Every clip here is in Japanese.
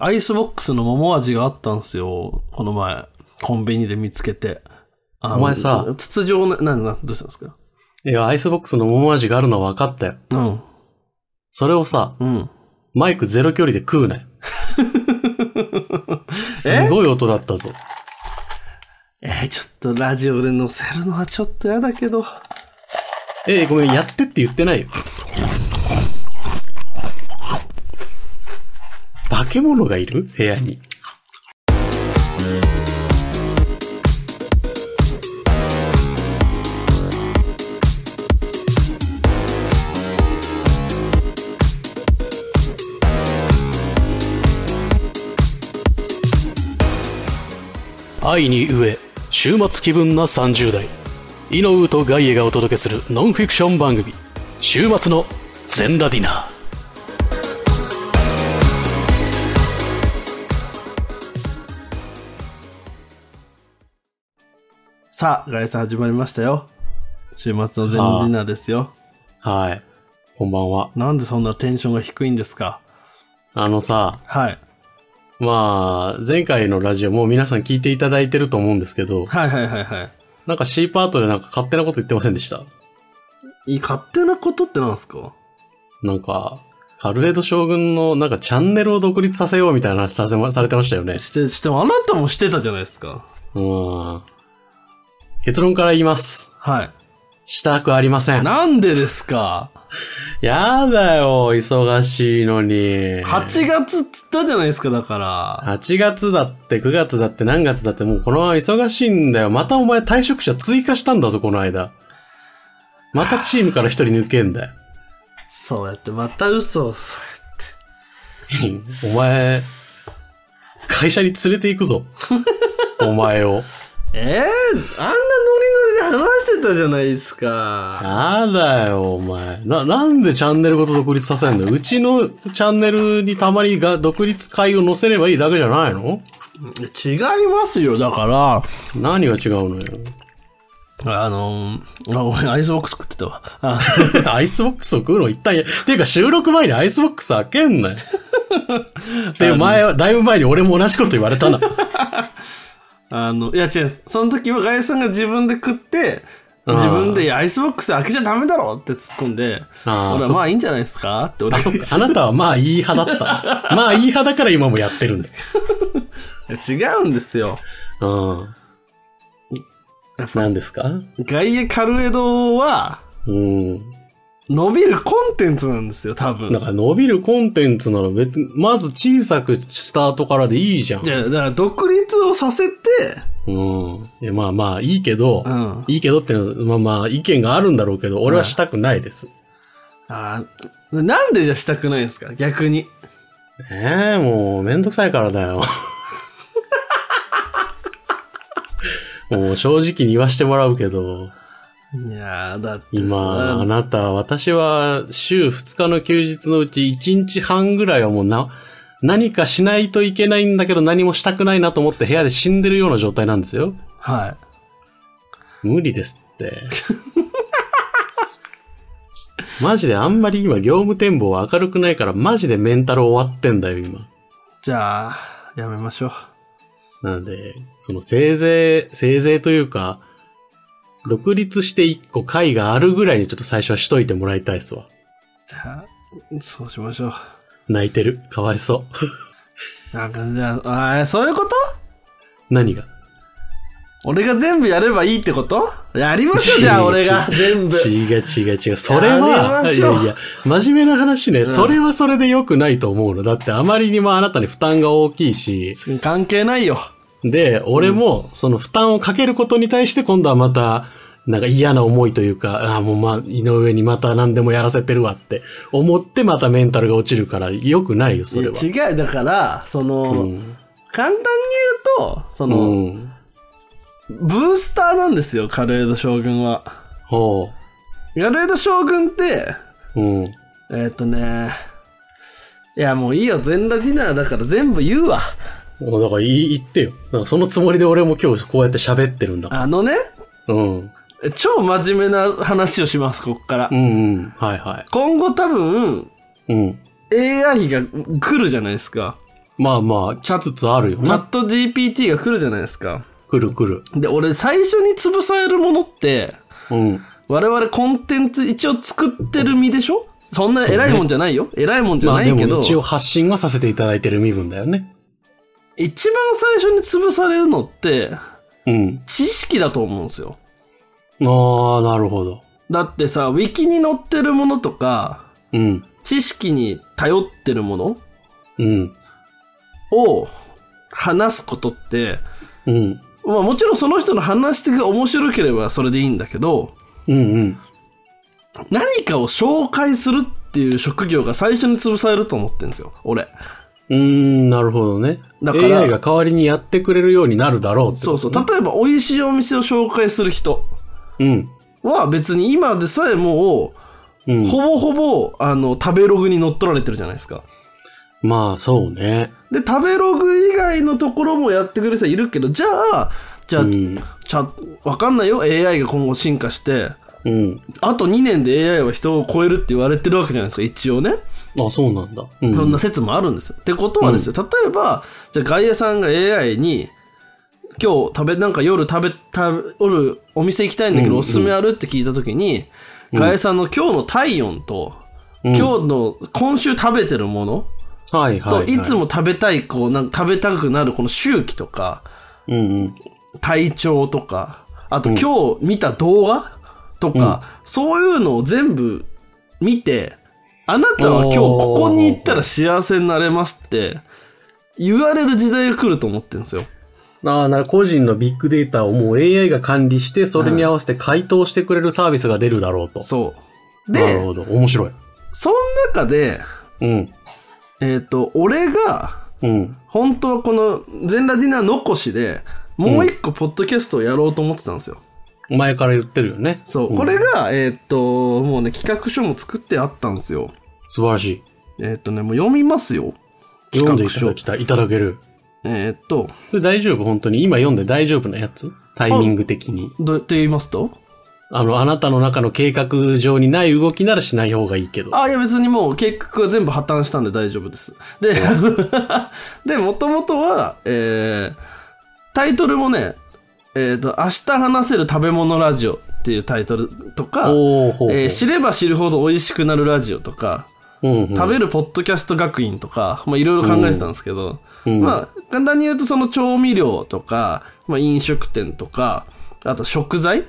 アイスボックスの桃味があったんですよ。この前、コンビニで見つけて。あのお前さ、筒状な、な、な、どうしたんですかいや、アイスボックスの桃味があるのは分かったよ。うん。それをさ、うん。マイクゼロ距離で食うなよ。すごい音だったぞ。えーちょっとラジオで載せるのはちょっと嫌だけど。えー、ごめん、やってって言ってないよ。化け物がいる部屋に。愛に飢え週末気分な30代イノウとガイエがお届けするノンフィクション番組「週末のゼンラディナー」さあ、ライス始まりましたよ。週末のゼンディナーですよ。はいこんばんはなんでそんなテンションが低いんですかあのさはい。まあ前回のラジオもう皆さん聞いていただいてると思うんですけどはいはいはいはい。なんか C パートでなんか勝手なこと言ってませんでしたいい勝手なことってなんですかなんかカルエド将軍のなんかチャンネルを独立させようみたいな話させま、されてましたよね。して、しても、あなたもしてたじゃないですか。うーん。結論から言います。はい。したくありません。なんでですかやだよ、忙しいのに。 8月っつったじゃないですか、だから。 8月だって9月だって何月だってもうこのまま忙しいんだよ。またお前退職者追加したんだぞ、この間。またチームから一人抜けんだよ。そうやって、また嘘を、そうやお前、会社に連れて行くぞ。お前を。って。えー、あんなノリノリで話してたじゃないですか。やだよ、お前。な、なんでチャンネルごと独立させんだよ。うちのチャンネルにたまにが独立会を載せればいいだけじゃないの違いますよ、だから。何が違うのよ。あのー、あ、俺、アイスボックス食ってたわ。あ アイスボックスを食うの一旦や、っていうか収録前にアイスボックス開けんな よ。で、前は、だいぶ前に俺も同じこと言われ たな。あの、いや違う、その時はガイさんが自分で食って、あー自分でいやアイスボックス開けちゃダメだろって突っ込んで、あー俺はそまあいいんじゃないですかって俺あ、がそっか。あなたはまあいい派だった。まあいい派だから今もやってるんだよ。いや違うんですよ。うん。何ですか外野カルエドはうん。伸びるコンテンツなんですよ、多だ分。から伸びるコンテンツなら別に、まず小さくスタートからでいいじゃん。じゃあ、だから独立をさせて、うん。いやまあまあいいけど、うんいいけどっていうのは、まあまあ意見があるんだろうけど、俺はしたくないです。あーなんでじゃあしたくないんですか逆に。ええもうめんどくさいからだよ。もう正直に言わしてもらうけど、いやー、だってさ今、あなた、私は週2日の休日のうち1日半ぐらいはもうな、何かしないといけないんだけど何もしたくないなと思って部屋で死んでるような状態なんですよ。はい。無理ですって。マジであんまり今業務展望は明るくないからマジでメンタル終わってんだよ今。じゃあ、やめましょう。なんで、そのせいぜい、せいぜいというか、独立して一個会があるぐらいにちょっと最初はしといてもらいたいっすわ。じゃあ、そうしましょう。泣いてる。かわいそう。 なんかじゃあ、あーそういうこと何が俺が全部やればいいってことやりま しょう、じゃあ俺が。全部。違う違う違う。それやは、めまいしょうやいや、真面目な話ね、それはそれで良くないと思うの。だってあまりにもあなたに負担が大きいし、関係ないよ。で、俺も、その負担をかけることに対して今度はまた、なんか嫌な思いというか、ああー、もうまあ、井上にまた何でもやらせてるわって思ってまたメンタルが落ちるから、良くないよ、それは。いや違う、だから、その、うん。簡単に言うと、そうの、ん。ブースターなんですよ、カルエド将軍は。ほカルエド将軍って、う。うん。えーっ、とね、いやもういいよ、全裸ディナーだから全部言うわ。もうだからい言ってよ。だからそのつもりで俺も今日こうやって喋ってるんだかあのね、ら。うん。超真面目な話をします、こっから。うんうん。はいは今後多分、い。うん。 AI が来るじゃないですか。まあまあ、チャつつあるよチャな。ット GPT が来るじゃないですか。くるくる。で、俺最初に潰されるものって、うん。我々コンテンツ一応作ってる身でしょそんな偉いもんじゃないよ。偉いもんじゃまあなでいけもど、一応発信はさせていただいてる身分だよね。一番最初に潰されるのって、うん。知識だと思うんですよ。ああ、なるほど。だってさ、ウィキに載ってるものとか、うん。知識に頼ってるものうん。を話すことって、うん。まあもちろんその人の話し手が面白ければそれでいいんだけど、うんうん。何かを紹介するっていう職業が最初に潰されると思ってるんですよ、俺。うーん、なるほどね。だから AI が代わりにやってくれるようになるだろうってことそうねそう。例えば美味しいお店を紹介する人うん。は別に今でさえもう、うん。ほぼほぼ、あの、食べログに乗っ取られてるじゃないですか。まあ、そうね。で、食べログ以外のところもやってくれる人はいるけど、じゃあ、じゃあ、うん。ちゃ、わかんないよ。AI が今後進化して、うん。あと2年で AI は人を超えるって言われてるわけじゃないですか、一応ね。あ、そうなんだ。うん。そんな説もあるんですよ。ってことはですよ、例えば、じゃあ外野さんが AI に、今日食べ、なんか夜食べ、食べ、夜お店行きたいんだけど、うんおすすめあるって聞いたときに、外野さんの今日の体温と、うん今日の、今週食べてるものはいはい、と、はい。いつ。も食べたい、こう、なんか食べたくなるこの周期とか、うんうん。体調とか、あと今日見た動画とか、そういうのを全部見て、あなたは今日ここに行ったら幸せになれますって言われる時代が来ると思ってるんですよ。ああ、なる個人のビッグデータをもう AI が管理して、それに合わせて回答してくれるサービスが出るだろうと。そう。なるで、ほど。面白い。その中で、うん。えっ、と、俺がうん。本当はこの全裸ディナー残しで、もう一個ポッドキャストをやろうと思ってたんですよ。前から言ってるよね。そう。んこれが、えっ、と、もうね、企画書も作ってあったんですよ。素晴らしえっ、とね、もう読みますよ。い。企読んで画いた書だ。きたい。いただける。えーっと、それ大丈夫本当に。今読んで大丈夫なやつタイミング的に。どうやって言いますとあの、あなたの中の計画上にない動きならしない方がいいけど。あ、いや別にもう計画は全部破綻したんで大丈夫です。で、 で、もともとは、えー、タイトルもね、えーっと、明日話せる食べ物ラジオっていうタイトルとか、おーほうほうえー知れば知るほど美味しくなるラジオとか、うんうん食べるポッドキャスト学院とか、まあ、いろいろ考えてたんですけど、うんまあ、簡単に言うとその調味料とか、まあ、飲食店とか、あと食材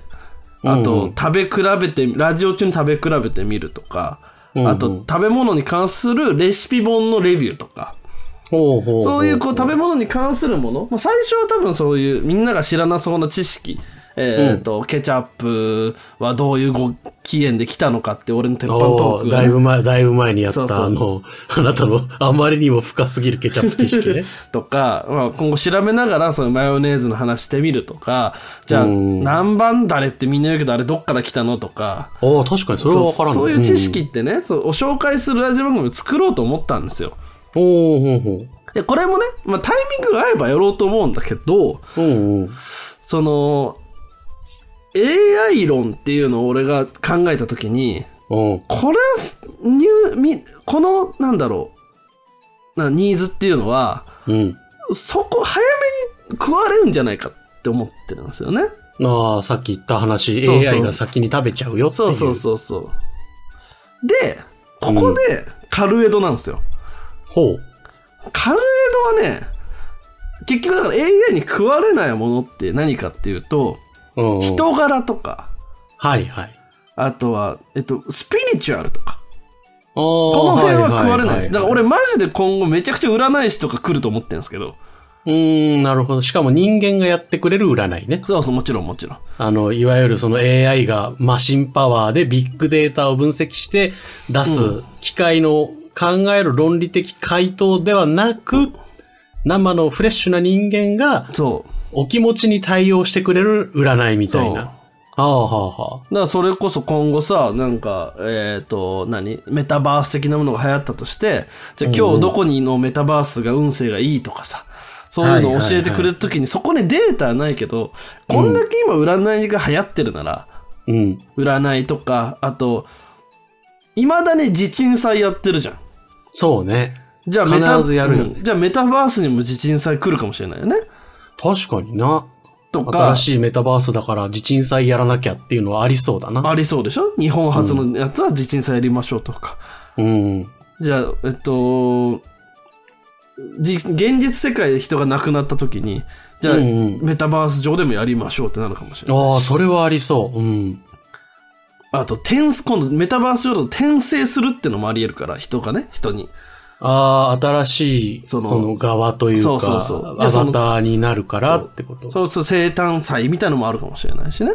あうとん、食べ比べて、ラジオ中に食べ比べてみるとか、うんうんあと、食べ物に関するレシピ本のレビューとか、ほうほうほそういうこう食べ物に関するもの、まあ、最初は多分そういうみんなが知らなそうな知識、えっ、と、ケチャップはどういうご起源で来たのかって俺の鉄板トおーークだいぶ前、だいぶ前にやった、そうそうあの、 あなたの、あまりにも深すぎるケチャップ知識 ね。とか、まあ、今後調べながらそのマヨネーズの話してみるとか、じゃあ、うん南蛮だれってみんな言うけどあれどっから来たのとか、おー確かにそれはわからんねそうそういう知。識ってね、そうお紹介するラジオ番組を作ろうと思ったんですよ。うんおーほうほで、これもね、まあ、タイミングが合えばやろうと思うんだけど、う。うんうん。その、AI 論っていうのを俺が考えたときに、おーこれ、ニューみこの、なんだろう、なニーズっていうのは、うん。そこ早めに食われるんじゃないかって思ってるんですよね。ああ、さっき言った話、そうそう AI が先に食べちゃうよっていそうう。そうそうそう。で、ここで、カルエドなんですよ。ほう。カルエドはね、結局だから AI に食われないものって何かっていうと、うんうん。人柄とか、はいはい。あとは、えっと、スピリチュアルとか。ここの辺は食われないです。だから俺俺マジで今後めちゃくちゃ占い師とか来ると思ってるんですけど。うーん、なるほど。しかも人間がやってくれる占いね。そうそう、もちろんもちろん。あの、いわゆるその AI がマシンパワーでビッグデータを分析して出す機械の考える論理的回答ではなく、生のフレッシュな人間がそう。お気持ちに対応してくれる占いみたいそうな。はあはあはあ。だからそれこそ今後さ、なんか、えっ、と、何メタバース的なものが流行ったとして、じゃあ今日どこにのメタバースが運勢がいいとかさ、そういうのを教えてくれるときに、そこにデータはないけど、こんだけ今占いが流行ってるなら、うん。占いとか、あと、未だに自鎮祭やってるじゃん。そうね。じゃあメタ、必ずやるよねうんじゃあメタバースにも地鎮祭来るかもしれないよね。確かにな。とか新、しいメタバースだから地鎮祭やらなきゃっていうのはありそうだな。ありそうでしょ日本初のやつは地鎮祭やりましょうとか。うん。じゃあ、えっと、じ現実世界で人が亡くなった時に、じゃあ、うんうんメタバース上でもやりましょうってなるかもしれない。ああ、それはありそう。うん。あと、転す、今度メタバース上で転生するってのもあり得るから、人がね、人に。ああ、新しい、そそのの側というか、そうそうそうじゃあアそバのターになるからってこと。そうそう、生誕祭みたいのもあるかもしれないしね。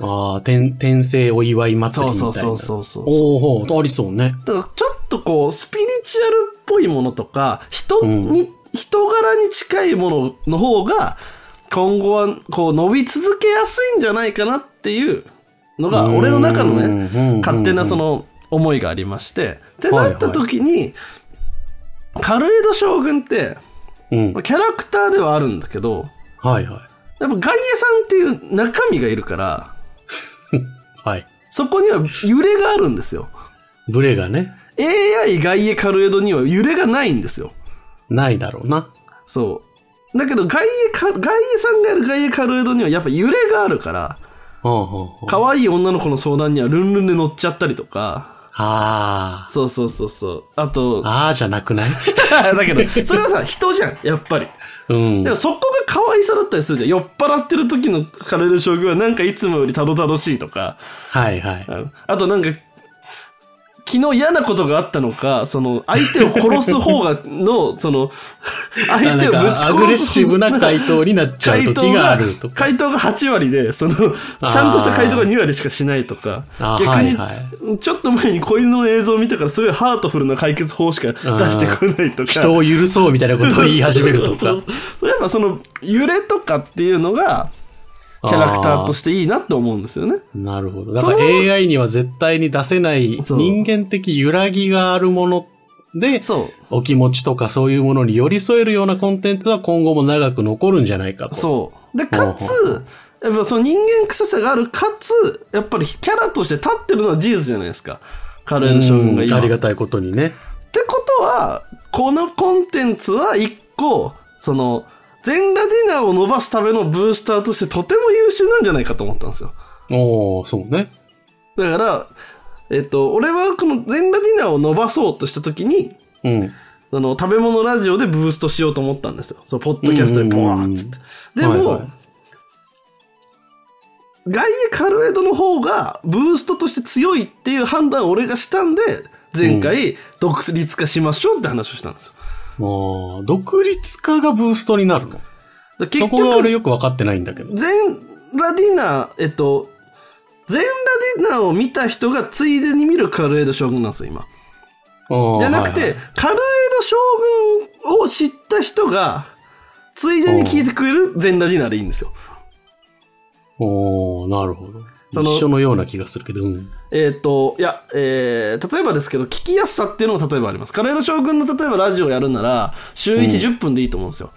ああ、転転生お祝い祭そりうみたいそうな。そうそうそう。おおありそうね。だからちょっとこう、スピリチュアルっぽいものとか、人に、人柄に近いものの方が、今後はこう伸び続けやすいんじゃないかなっていうのが、うん俺の中のうね、ん勝手なその思いがありまして、ってはいなはいった時に、カルエド将軍って、うん。キャラクターではあるんだけど、はいはい。やっぱ外野さんっていう中身がいるから、はい。そこには揺れがあるんですよ。ブレがね、 AI 外野カルエドには揺れがないんですよ。ないだろうな。そう。だけど外野か、外野さんがやる外野カルエドにはやっぱ揺れがあるから、ほうほうほう可愛い女の子の相談にはルンルンで乗っちゃったりとか、あそうそうそうそう。あと あ。、ああじゃなくないだけど、それはさ、人じゃん、やっぱり。うんで。もそこが可愛さだったりするじゃん。酔っ払ってる時のカルエド将軍はなんかいつもよりたどたどしいとか、はいはい。あのあとなんか、昨日嫌なことがあったのか、その、相手を殺す方が、の、その、相手をぶち殺すなんかアグレッシブな回答になっちゃう回時答があがると、か。回答が8割で、その、ちあーゃんとした回答が2割しかしないとかあ、ー逆に、はいちょっと前に子犬の映像を見たから、すごいハートフルな解決法しか出してこないとか。人を許そうみたいなことを言い始めるとかそう。そうそうやっぱその、揺れとかっていうのが、キャラクターとしていいなって思うんですよね。なるほど。だからそ AI には絶対に出せないそう人間的揺らぎがあるもので、そう。お気持ちとかそういうものに寄り添えるようなコンテンツは今後も長く残るんじゃないかと。そう。で、かつほ、やっぱその人間臭さがある、かつ、やっぱりキャラとして立ってるのは事実じゃないですか。カルエル将軍がうん今。ありがたいことにね。ってことは、このコンテンツは一個、その、全裸ディナーを伸ばすためのブースターとしてとても優秀なんじゃないかと思ったんですよ。おおそうね。だから、えっと、俺はこの全裸ディナーを伸ばそうとした時に、うん。あの、食べ物ラジオでブーストしようと思ったんですよ。そのポッドキャストでポワーっつって。うんでうんうんも、はいはい外野カルエドの方がブーストとして強いっていう判断を俺がしたんで、前回、独立化しましょうって話をしたんですよ。もう、独立化がブーストになるのだからそ結こが局、俺よく分かってないんだけど。全ラディナー、えっと、全ラディナーを見た人がついでに見るカルエド将軍なんですよ、今。じゃなくて、カルエド将軍を知った人が、ついでに聞いてくれる全ラディナーでいいんですよ。おおなるほそど。の一緒のような気がするけど、うん。えっ、と、いや、えー、例えばですけど、聞きやすさっていうのも例えばあります。カルエド将軍の例えばラジオやるなら、週1、10分でいいと思うんですよ。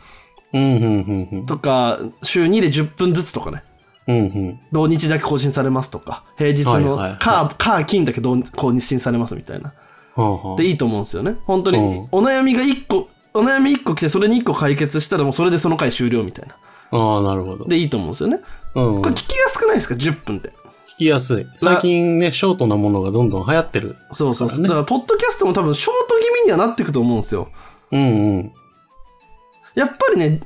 うん、うん、うん、うん。とか、週2で10分ずつとかね。うん、うん。同日だけ更新されますとか、平日の、はいはいはいか、か、金だけ同日更新されますみたいな。はあはあでいいと思うんですよね。本当にうん。お悩みが1個、お悩み1個来て、それに1個解決したらもうそれでその回終了みたいな。ああ、なるほど。でいいと思うんですよね。うん、これ聞聞きやすくないですか ?10 分って。きやすい。最近ね、ショートなものがどんどん流行ってる。そうそうそう。ねだから、ポッドキャストも多分、ショート気味にはなってくと思うんですよ。うんうん。やっぱりね、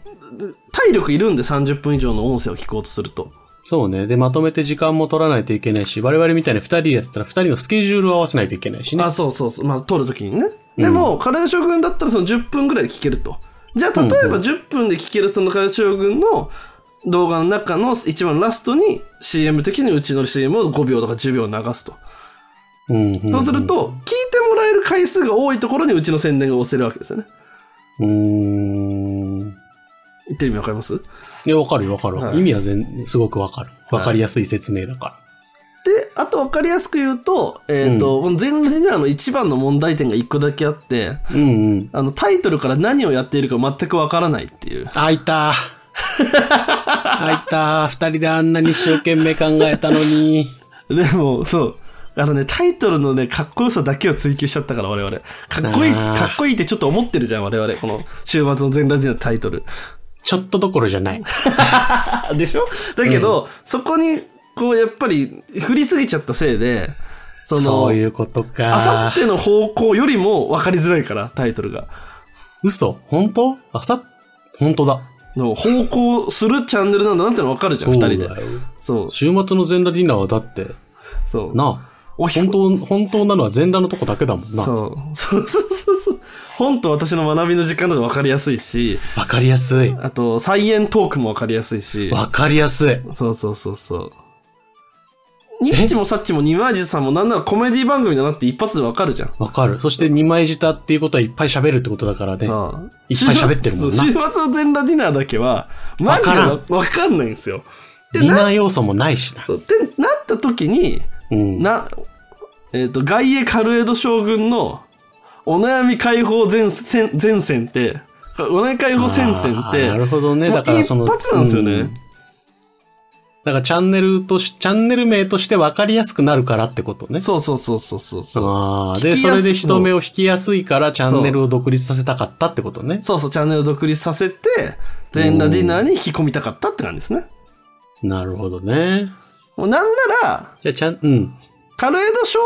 体力いるんで30分以上の音声を聞こうとすると。そうね。で、まとめて時間も取らないといけないし、我々みたいな二人でやってたら二人のスケジュールを合わせないといけないしね。あ、そうそうそう。まあ、撮るときにね。でも、カレー将軍だったらその10分ぐらいで聞けると。じゃあ、例えば10分で聞けるそのカレー将軍の動画の中の一番ラストに CM 的にうちの CM を5秒とか10秒流すと。うん、うん。そうすると、聞いてもらえる回数が多いところにうちの宣伝が押せるわけですよね。うーん。言ってる意味わかりますいや、わかるよ、わかる。はい意味は全、すごくわかる。わかりやすい説明だかで、あと分かりやすく言うと、えっ、と、この全裸ディナーの一番の問題点が一個だけあって、ら。うんうん。あの、タイトルから何をやっているか全く分からないっていう。あ、い た。あいた。二人であんなに一生懸命考えたのに。でも、そう。あのね、タイトルのね、かっこよさだけを追求しちゃったから、我々。かっこいい、あーかっこいいってちょっと思ってるじゃん、我々。この、週末の全ラジオのタイ トル。ちょっとどころじゃない。あでしょだけど、そこに、こう、やっぱり、振りすぎちゃったせいで、その、そういうことか。あさっての方向よりも分かりづらいから、タイトルが。嘘本当あさ、本当だ。の方向するチャンネルなんだなっての分かるじゃん、二人でそう。だよそう。週末の全裸ディナーはだって、そう。なあ、おひ本当、本当なのは全裸のとこだけだもんな。そう。そうそうそうそう。本と私の学びの時間だと分かりやすいし、わかりやすい。あと、再演トークも分かりやすいし、わかりやすい。そうそうそうそう。ニッチもサッチもニマージさんもなんならコメディ番組だなって一発で分かるじゃん。わかる。そして二枚舌っていうことはいっぱい喋るってことだからね。そういっぱい喋ってるもんなそう週末の全裸ディナーだけは、マジでわわわかんないんですよ。ディナー要素もないしな。そうってなった時に、うん。な、えっ、と、外衛カルエド将軍のお悩み解放前線前線って、お悩み解放戦線っあーて、なるほどね。もうだからその。一発なんですよね。うんだからチャンネルとし、チャンネル名として分かりやすくなるからってことね。そうそうそうそうそうそう。ああ。聞で、きそやすれで人目を引きやすいからチャンネルを独立させたかったってことね。そうそう、チャンネルを独立させて、全裸ディナーに引き込みたかったって感じですね。なるほどね。もうなんなら、じゃあ、ちゃん、うん。カルエド将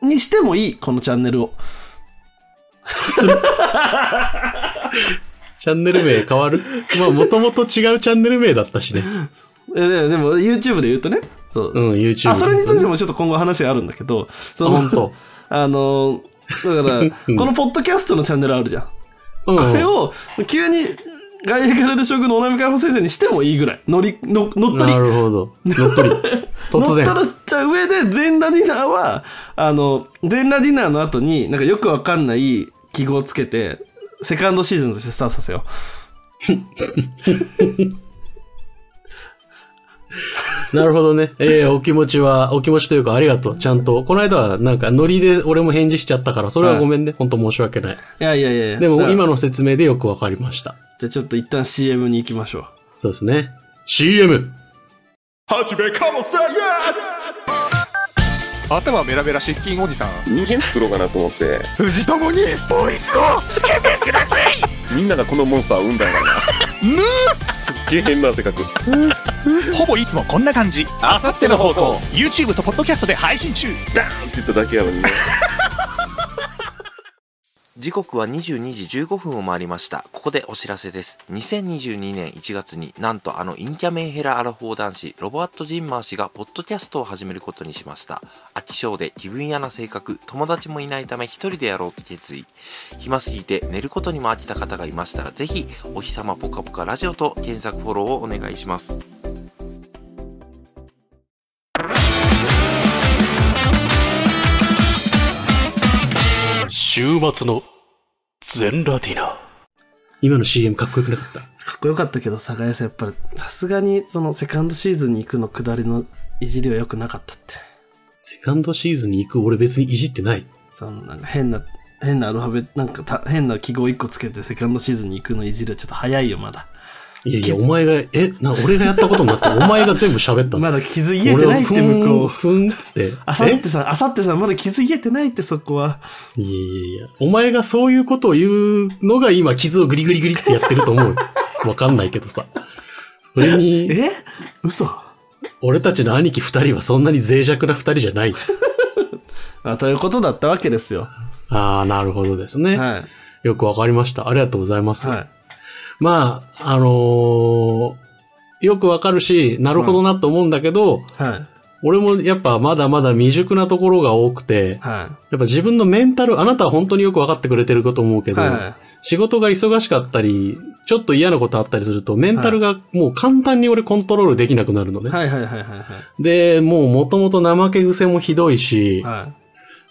軍にしてもいい、このチャンネルを。チャンネル名変わるまあ、もともと違うチャンネル名だったしね。えででも、YouTube で言うとね、そう。うん、YouTube。あ、それについてもちょっと今後話があるんだけど、そあの、本当 あの、だから、 うんこのポッドキャストのチャンネルあるじゃん。うん、これを、急に、外野からで将軍のお悩み解放先生にしてもいいぐらい。乗り、の乗っ取りな。るほど。乗っ 取り。突然。乗っ取った上で、全裸ディナーは、あの、全裸ディナーの後に、なんかよくわかんない記号をつけて、セカンドシーズンとしてスタートさせよなるほどね。ええお気持ちは、お気持ちというかありがとう。ちゃんと。この間はなんかノリで俺も返事しちゃったから、それはごめんね。本当申し訳ない。う。いやいやいやいやでだもから今の説明でよくわかりました。じゃあちょっと一旦 CM に行きましょう。そうですね。CM! はじめかもせん頭メラメラ失禁おじさん人間作ろうかなと思って藤友にボイスをつけてくださいみんながこのモンスターを産んだんやからなすっげえ変な性格ほぼいつもこんな感じあさっての方向 YouTube とポッドキャストで配信中ダーンって言っただけやのにね時刻は22時15分を回りました。ここでお知らせです。2022年1月になんとあのインキャメンヘラアラフォー男子ロボアット・ジンマー氏がポッドキャストを始めることにしました。飽き性で気分屋な性格、友達もいないため一人でやろうと決意。暇すぎて寝ることにも飽きた方がいましたらぜひお日様ぽかぽかラジオと検索フォローをお願いします。週末の全ラティナ今の CM かっこよくなかった。かっこよかったけど、坂井さん、やっぱり、さすがに、その、セカンドシーズンに行くの下りのいじりは良くなかったって。セカンドシーズンに行く俺別にいじってない。その、なんか変な、変なアルファベット、なんかた変な記号一個つけて、セカンドシーズンに行くのいじりはちょっと早いよ、まだ。いやいや、お前が、え、な、俺がやったことになって、お前が全部喋ったの。まだ傷癒えてないって、俺は向こう。ふん、ふんっつって。あさってえさん、あさってさん、まだ傷癒えてないって、そこは。いやいやいや。お前がそういうことを言うのが今、傷をグリグリグリってやってると思うよ。 わかんないけどさ。それに、え嘘俺たちの兄貴二人はそんなに脆弱な二人じゃない。あということだったわけですよ。ああ、なるほどですね。はよくわかりました。ありがとうございまい。す。はい。まあ、あのーよくわかるし、なるほどなと思うんだけど、はい。俺もやっぱまだまだ未熟なところが多くて、はやっぱ自分のメンタル、あなたは本当によくわかってくれてるかと思うけい。ど、は仕事が忙しかったり、ちょっと嫌なことあったりすると、メンタルがもう簡単に俺コントロールできなくなるのい。ね。はいはいはいはい。で、もう元々怠け癖もひどいし、は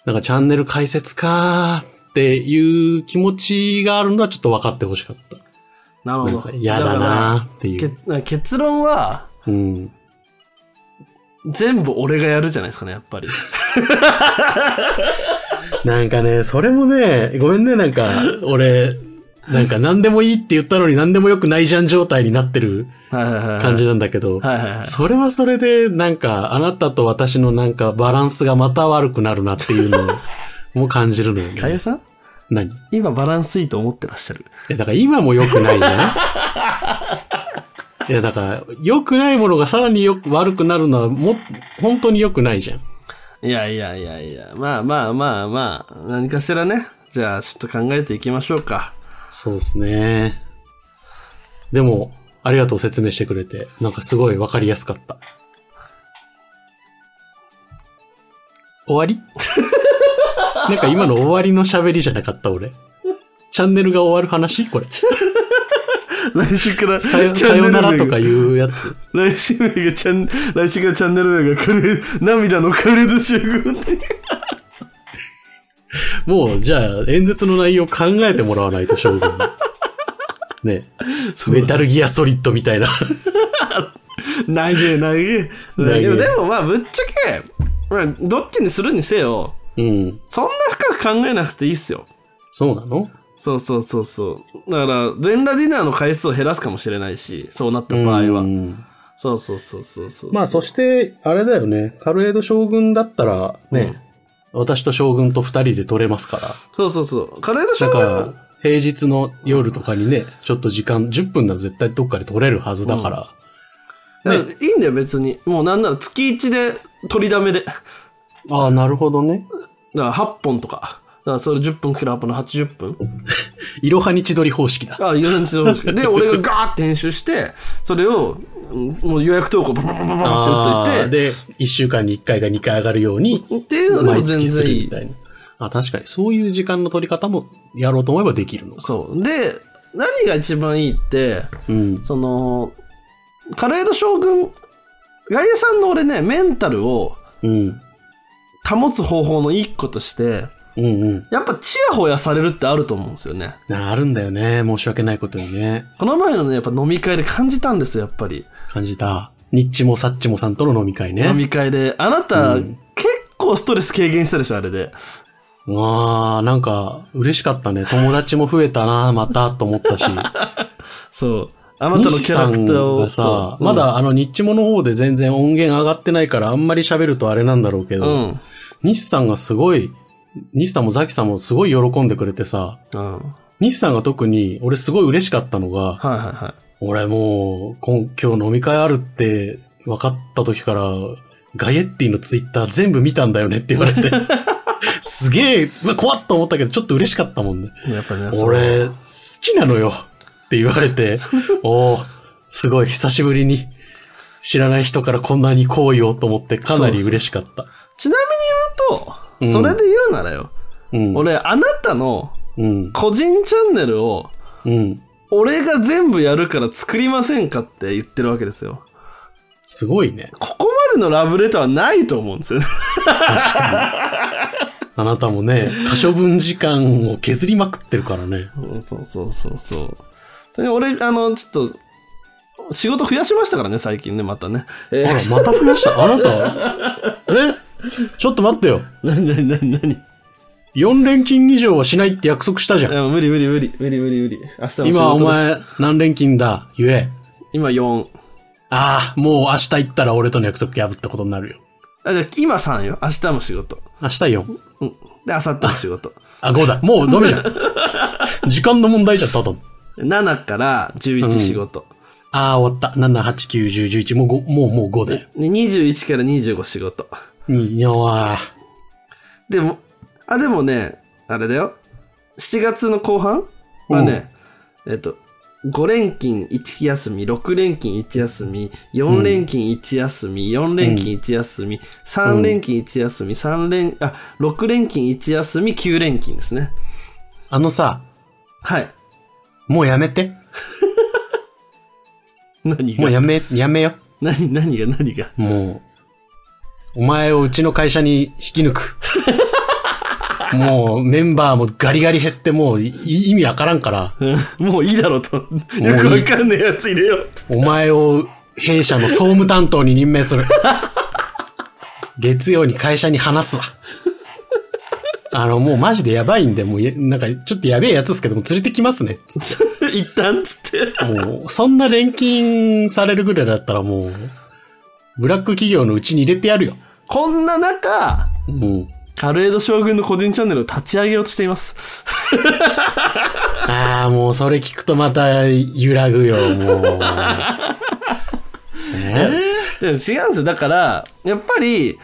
なんかチャンネル解説かーっていう気持ちがあるのはちょっと分かってほしかった。い。なるほなんどか。嫌だなーっていだう。から。け結論は、うん。全部俺がやるじゃないですかね、やっぱり。 なんかね、それもね、ごめんね、なんか、俺、なんか何でもいいって言ったのに何でもよくないじゃん状態になってるはいはいはい。感じなんだけど、はいはいはい。それはそれで、なんか、あなたと私のなんかバランスがまた悪くなるなっていう のをもう感じるのよかゆね。さん何今バランスいいと思ってらっしゃる。いや、だから今も良くないじゃんいや、だから、良くないものがさらによく悪くなるのは、も、本当に良くないじゃん。いやいやいやいや、まあまあまあまあ、何かしらね。じゃあ、ちょっと考えていきましょうか。 そうですね。でも、ありがとう説明してくれて、なんかすごいわかりやすかった。終わり なんか今の終わりの喋りじゃなかった俺。チャンネルが終わる話これ。来週から、さよ チさャンネよルな名がらとかいうやつ。来週名がチャン、来週からチャンネル名がくれ、涙のくれる集合って。もう、じゃあ、演説の内容考えてもらわないと、将軍に。 ねうだメタルギアソリッドみたいな。投げ投げ。投げでもでもまあ、ぶっちゃけ、まあ、どっちにするにせよ、うん。そんな深く考えなくていいっすよ。そうなのそうそうそうそう。だから、全裸ディナーの回数を減らすかもしれないし、そうなった場合うは。んそうそうそうそうそう。まあ、そして、あれだよね。カルエド将軍だったら、ね、私と将軍と二人で取れますから。そうそうそう。カレードだ将か軍ら、平日の夜とかにね、ちょっと時間、10分なら絶対どっかで取れるはずだから。いやいいんだよ、別に。もうなんなら月1で取りだめで。だかああ、なるほどね。ら8本とか。だからそれ10分くらい8本の80分。いろはに千鳥方式だ。あ、予選通報しか。で、俺がガーって編集して、それを、うんもう予約投稿パパパパパって打っあーといて、で、1週間に1回が2回上がるように、っていうのでも毎全月す然るいみい。たいな。あ、確かに、そういう時間の取り方もやろうと思えばできるのか。そう。で、何が一番いいって、うん。その、カレード将軍、ガイエさんの俺ね、メンタルをうん。保つ方法の一個として、うんうん。やっぱチヤホヤされるってあると思うんですよね。ああるんだよね。申し訳ないことにね。この前のね、やっぱ飲み会で感じたんですよ、やっぱり。感じた。ニッチもサッチもさんとの飲み会ね。飲み会で。あなた、うん結構ストレス軽減したでしょ、あれで。わあ、なんか、嬉しかったね。友達も増えたな、また、と思っ たし。そう。あなたの西キャラさクタんーを。がさ、そうま、だあの、ニッチもの方で全然音源上がってないから、あんまり喋るとあれなんだろうけうん。うど、ん。西さんがすごい、西さんもザキさんもすごい喜んでくれてさ、うん西さんが特に、俺すごい嬉しかったのが、はいはいはい。俺もう、今今日飲み会あるって分かった時から、ガイエッティのツイッター全部見たんだよねって言わ れて。すげえ、まあ、怖っと思ったけど、ちょっと嬉しかったもんね。やっぱね、そう俺、好きなのよって言わ れて、おーすごい、久しぶりに知らない人からこんなに好意をと思ってかなり嬉しかった。ちなみに言ううんと、それで言うならよ、うん。俺、あなたのうん。個人チャンネルを、うん。俺が全部やるから作りませんかって言ってるわけですよ。すごいね。ここまでのラブレターはないと思うんですよね。あなたもね、可処分時間を削りまくってるからね。うんそうそうそうそう。それで俺、あの、ちょっと、仕事増やしましたからね、最近ね、またね。え あら、また増やした。あなた、えちょっと待ってよ。なになになになに4連勤以上はしないって約束したじいゃん。や無理無理無理無理無理無理。明日も仕事だし今、お前、何連勤だ言え。今4。ああ、もう明日行ったら俺との約束破ったことになるよ。あ、じゃあ今3よ。明日も仕事。明日4。うん。で、明後日も仕事。 あ、5だ。もうダメじゃん。時間の問題じゃん、ただの。 7から11仕事。ああ、終わった。7、8、9、10、11。もう5、もう、もう5だよ。で、21から25仕事。に、にゃわでも、あ、でもね、あれだよ。7月の後半はね、えっと、5連勤1休み、6連勤1休み、4連勤1休み、4連勤1休み、3連勤1休み、三連、あ、6連勤1休み、9連勤ですね。あのさ、はい。もうやめて。何もうがやめ、やめよ。何、何が何がもう、お前をうちの会社に引き抜く。 もう、メンバーもガリガリ減って、もう、い意味わからんから、うん もういいだろうと。よくわかんねえやつ入れようって。お前を弊社の総務担当に任命する。月曜に会社に話すわ。あの、もうマジでやばいんで、もうや、なんか、ちょっとやべえやつですけども、連れてきますね。つっ 一旦つって。てもう、そんな錬金されるぐらいだったらもう、ブラック企業のうちに入れてやるよ。こんな中、もう。カルエド将軍の個人チャンネルを立ち上げようとしています。ああ、もうそれ聞くとまた揺らぐよ、も う。え で違うんですよ。だから、やっぱり、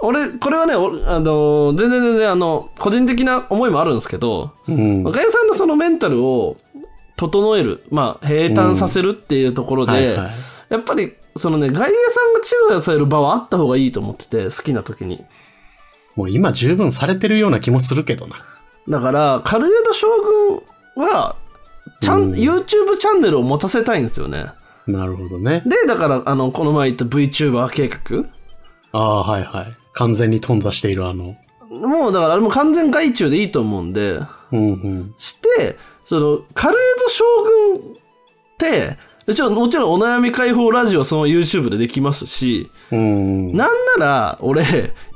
俺、これはね、おあの、全然全然、あの、個人的な思いもあるんですけど、うん。若井さんのそのメンタルを整える、まあ、平坦させるっていうところで、はいはい。やっぱり、そのね、外野さんが注意をされる場はあった方がいいと思ってて、好きな時に。もう今十分されてるような気もするけどな。だから、カルエド将軍は、ちゃうんん、YouTube チャンネルを持たせたいんですよね。なるほどね。で、だから、あの、この前言った VTuber 計画ああ、はいはい。完全に頓挫しているあの。もう、だから、あれも完全外注でいいと思うんで、うんうん。して、その、カルエド将軍って、ちょもちろんお悩み解放ラジオはその YouTube でできますし、うんうん。なんなら、俺、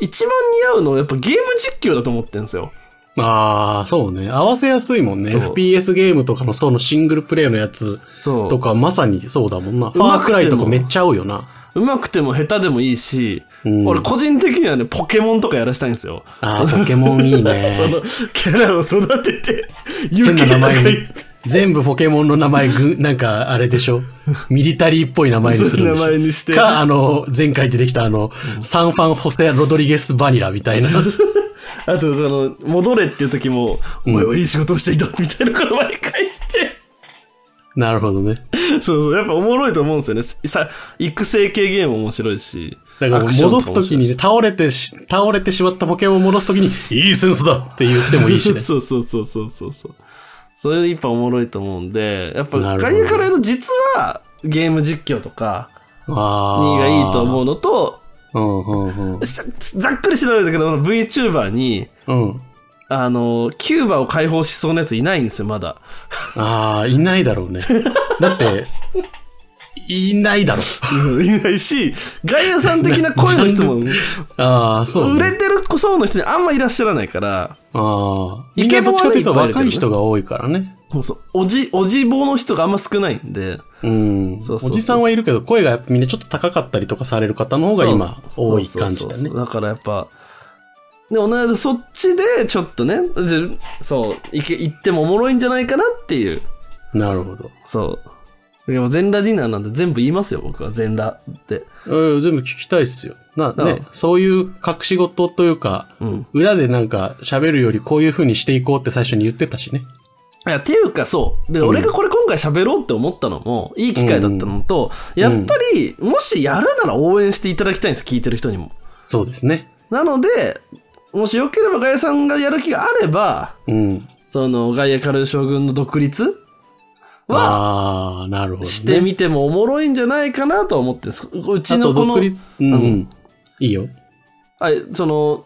一番似合うのはやっぱゲーム実況だと思ってるんですよ。ああ、そうね。合わせやすいもんね。そう FPS ゲームとかのそのシングルプレイのやつそう。とかまさにそうだもんな。フうまァーくてもクライとかめっちゃ合うよな。うまくても下手でもいいし、うん俺個人的にはね、ポケモンとかやらしたいんですよ。ああ、ポケモンいいね。 その、キャラを育てて、変勇気な名とか前言にっ。全部ポケモンの名前ぐ、なんか、あれでしょミリタリーっぽい名前にするんでしょそういう名前にしてか、あの、前回出てきたあの、サンファン・ホセ・ロドリゲス・バニラみ たいな。あと、その、戻れっていう時も、お前はいい仕事をしていた、みたいなこと毎回言って。なるほどね。そうそう、やっぱおもろいと思うんですよね。さ、育成系ゲーム面白いし。だからアもうクション戻もす面白といきにね、倒れてし、倒れてしまったポケモンを戻すときに、いいセンスだって言ってもい いしね。そうそうそうそうそうそう。それやっぱおもろいと思うんで、やっぱなるほど外野からやると実はゲーム実況とかあにがいいと思う。うのと、うん、うん、うん。しざっくり調べたけど、あの VTuber に、うん。あの、キューバを解放しそうなやついないんですよ、まだ。ああ、いないだろうね。だって、いないだろう。いないし、外野さん的な声の人 も、ああ、そう、売ね。れてる層の人にあんまいらっしゃらないから、ああ。イイケケボボははねね、いっぱいいるけどね若い人が多いからね。そうそう、おじ、おじ棒の人があんま少ないんで、うん。そうおそうそうじさんはいるけど、声がやっぱみんなちょっと高かったりとかされる方の方が今そう多い感じそうだそうねそう。だからやっぱ、で、同じそっちでちょっとね、じゃそう、行け、行ってもおもろいんじゃないかなっていう、なるほど。そう。でも全裸ディナーなんで全部言いますよ、僕は全裸って。うん、全部聞きたいっすよ。な、ああね、そういう隠し事というか、うん。裏でなんか喋るよりこういう風にしていこうって最初に言ってたしね。いや、っていうかそう。で、ん俺がこれ今回喋ろうって思ったのも、いい機会だったのと、やっぱり、もしやるなら応援していただきたいんです、聞いてる人にも。そうですね。なので、もしよければガイさんがやる気があれば、うん。その、ガイアカル将軍の独立は、ああ、なるほど、ね。してみてもおもろいんじゃないかなとは思ってるんです。うちあとのこの独、立、うん、あうのん。いいよ。はい、その、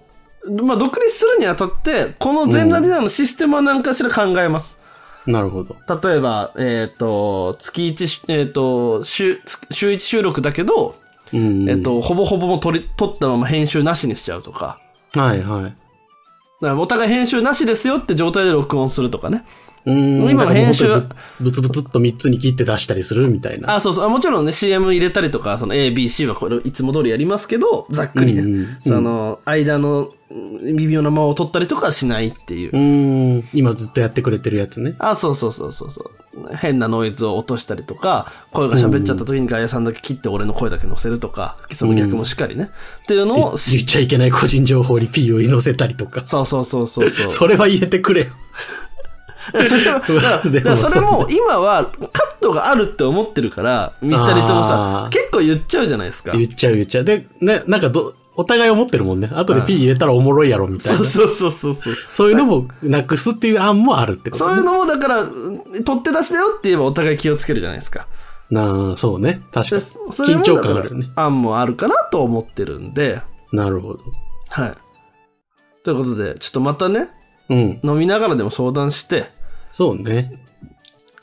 まあ、独立するにあたって、この全裸ディナーのシステムは何かしら考えます。なるほど。例えば、えっ、と、月1、えっ、と、週、週1収録だけど、うん。えっ、、と、ほぼほぼもう撮り、撮ったまま編集なしにしちゃうとか、はいはい。だからお互い編集なしですよって状態で録音するとかね。うん今の編集はだから本当にぶつぶつっと3つに切って出したりするみたいな。あ、そうそう。あもちろんね、CM 入れたりとか、その A、B、C はこれいつも通りやりますけど、ざっくりね。うんうんうんその、間のうん微妙な間を取ったりとかはしないっていう。うーん。今ずっとやってくれてるやつね。あ、そうそうそうそうそう。変なノイズを落としたりとか、声が喋っちゃった時にガイアさんだけ切って俺の声だけ乗せるとか、その逆もしっかりね。っていうのをし、言っちゃいけない個人情報に P を載せたりとか。そうそうそうそうそう。 それは入れてくれよ。それ は、だからでもだからそれそも今はカットがあるって思ってるから、二人ともさあ、ー結構言っちゃうじゃないですか。言っちゃう言っちゃう。で、ね、なんかど、お互い思ってるもんね。後で P 入れたらおもろいやろみたいな。そうそうそうそうそう。そういうのもなくすっていう案もあるってこと、そういうのも、だから、うん取って出しだよって言えばお互い気をつけるじゃないですか。なあ、そうね。確でかに。それ緊も張だから感あるよね。案もあるかなと思ってるんで、なるほど。はい。ということで、ちょっとまたね、うん。飲みながらでも相談して、そうね。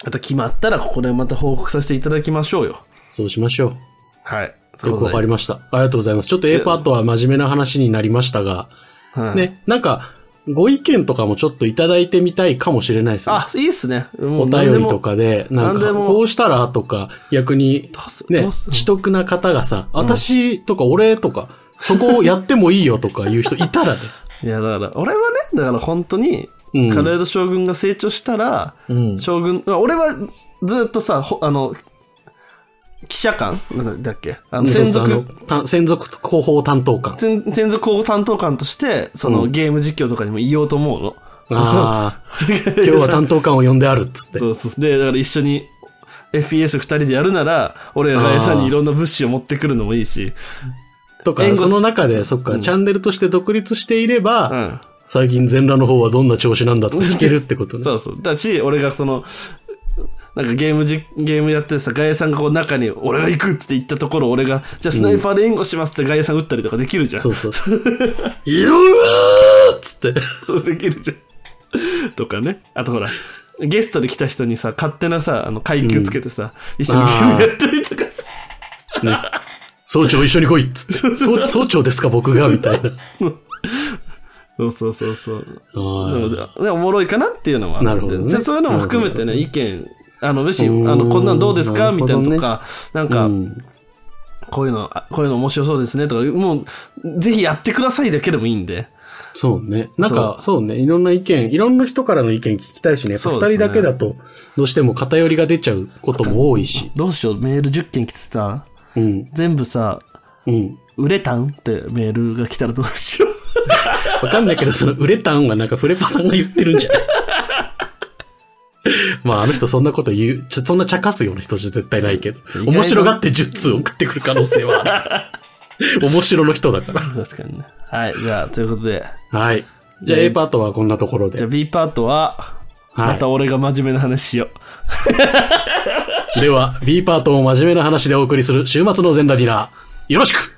また決まったらここでまた報告させていただきましょうよ。そうしましょう。はい。よくわかりました。ありがとうございます。ちょっと A パートは真面目な話になりましたが、はい、ね、なんか、ご意見とかもちょっといただいてみたいかもしれないですね。あ、いいっすね。もおう何で便りもと。かで、なん何でか、もこうしたらとか、逆にどうす、ね、どうす既得な方がさ、私とか俺とか、そこをやってもいいよとかいう人いたらね。いや、だから、俺はね、だから本当に、うんカレード将軍が成長したら、うん将軍、あ俺はずっとさ、ほあの、記者官なんだっけあの、 専そうそう属、あのた専属広報担当官。専専属広報担当官として、その、うんゲーム実況とかにも言おうと思うの。ああ、今日は担当官を呼んであるっつって。そうそう。で、だから一緒に FPS 二人でやるなら、俺らが餌にいろんな物資を持ってくるのもいいし、とか援、護すその中で、そっか、チャンネルとして独立していれば、うん。最近全裸の方はどんな調子なんだって聞けるってことね。そうそう。だし、俺がその、なんかゲームじ、ゲームやってさ、ガエさんがこう中に、俺が行くって言ったところ、俺が、じゃあスナイパーで援護しますってガエさん撃ったりとかできるじゃん。そうそう。 いろいろーっつって。 そうできるじゃん。とかね。あとほら、ゲストで来た人にさ、勝手なさ、あの、階級つけてさ、一緒にゲームやったりとかさ、ね。総長一緒に来いっつ って。総総長ですか僕がみたいな。そうそうそうそう。あなのであで、おもろいかなっていうのはあなるほどねじゃあそういうのも含めてね、なる意見、あの、もし、あうんの、こんなんどうですなかるみほたどいねなとか、なんーかう、んこういうの、あこういうの面白そうですねとか、もう、ぜひやってくださいだけでもいいんで。そうね。なんか、そうね。いろんな意見、いろんな人からの意見聞きたいしね。やっぱそ二うですね人だけだと、どうしても偏りが出ちゃうことも多いし。どうしよう、メール10件来てさ、うん。全部さ、うん。売れたんってメールが来たらどうしよう。 わかんないけど、その、売れたんはなんか、フレパさんが言ってるんじゃない まあ、あの人そんなこと言う、ちょそんな茶化すような人じゃ絶対ないけど意外。と面白がって10通送ってくる可能性はある。面白の人だから。確かにね。はい、じゃあ、ということで、はい。じゃあ、A パートはこんなところじゃであ。B パートは、はいまた俺が真面目な話しよう。では、B パートを真面目な話でお送りする週末の全ラディナー、よろしく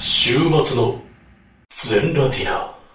週末の全ラティナ